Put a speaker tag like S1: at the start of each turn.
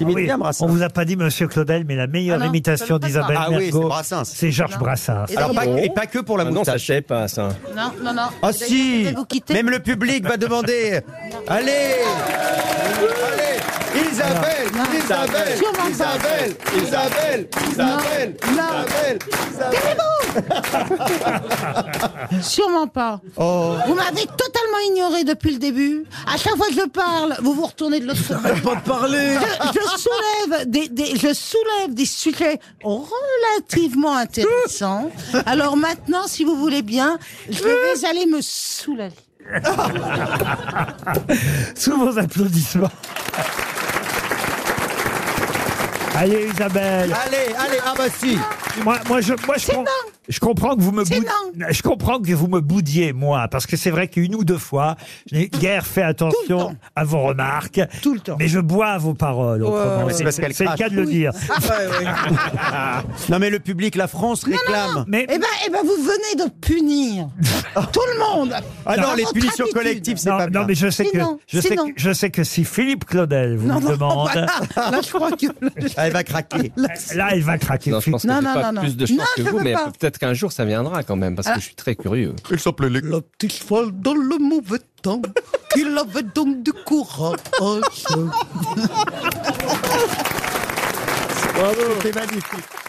S1: imite bien Brassens.
S2: On vous a pas dit, monsieur Claudel, mais la meilleure
S3: Ah non,
S2: imitation
S3: je ne sais pas.
S2: d'Isabelle
S1: Ah oui, c'est
S2: Mergo,
S1: Brassens.
S2: c'est Georges Brassens.
S3: Et
S1: Alors,
S3: donc-
S1: pas que- et pas que pour la
S4: Ah non, ça
S1: moustache.
S4: ne pas, ça.
S3: Non, non, non.
S1: Ah
S3: Vous allez-
S1: si
S3: vous quitter.
S1: Même le public va demander Allez Allez Isabelle Isabelle
S3: Sûrement pas.
S1: Isabelle Isabelle Isabelle
S3: Non.
S1: Isabelle
S3: Sûrement pas.
S1: Oh
S3: Vous m'avez totalement ignoré depuis le début. À chaque fois que je parle, vous vous retournez de l'autre côté.
S5: Pas de parler
S3: Je, je soulève des, des- je soulève des sujets relativement intéressants. Alors maintenant, si vous voulez bien, je
S1: Euh.
S3: vais aller me soulager.
S2: Sous vos applaudissements. Allez, Isabelle.
S1: Allez, allez, ah bah si
S2: Moi, moi, je, moi, je,
S3: C'est
S2: com-
S3: non.
S2: je comprends que vous me
S3: C'est
S2: boud-
S3: non.
S2: je comprends que vous me boudiez moi, parce que c'est vrai qu'une ou deux fois, je n'ai guère fait
S3: Tout le
S2: attention
S3: temps.
S2: à vos remarques.
S3: Tout le temps.
S2: Mais je bois à vos paroles. autrement.
S1: Ouais. C'est
S2: C'est
S1: parce qu'elles
S2: c'est le
S1: crachent.
S2: cas de le dire.
S3: Ah,
S1: Non mais le public, la France réclame
S2: Mais
S3: Eh ben, eh ben, vous venez de punir tout le monde.
S1: Ah non,
S3: Par
S1: les
S3: votre
S1: punitions
S3: attitude.
S1: collectives, c'est
S2: non,
S1: pas
S2: non,
S1: bien
S2: mais je sais
S3: C'est
S2: que
S3: non,
S2: je
S3: c'est
S2: sais que,
S3: non.
S2: je sais que si Philippe Claudel vous
S3: Non,
S2: le
S3: non,
S2: demande,
S3: bah là, là, je crois que.
S1: Elle va craquer
S2: là, elle va craquer.
S4: Non, je pense que
S3: Non,
S4: j'ai
S3: non,
S4: pas
S3: non,
S4: plus
S3: non.
S4: de chance
S3: Non,
S4: que
S3: je
S4: vous,
S3: veux
S4: mais
S3: pas. Ah.
S4: peut-être qu'un jour ça viendra quand même, parce que je suis très curieux.
S5: La petite folle dans le mauvais temps, il avait donc du courage.
S1: C'est magnifique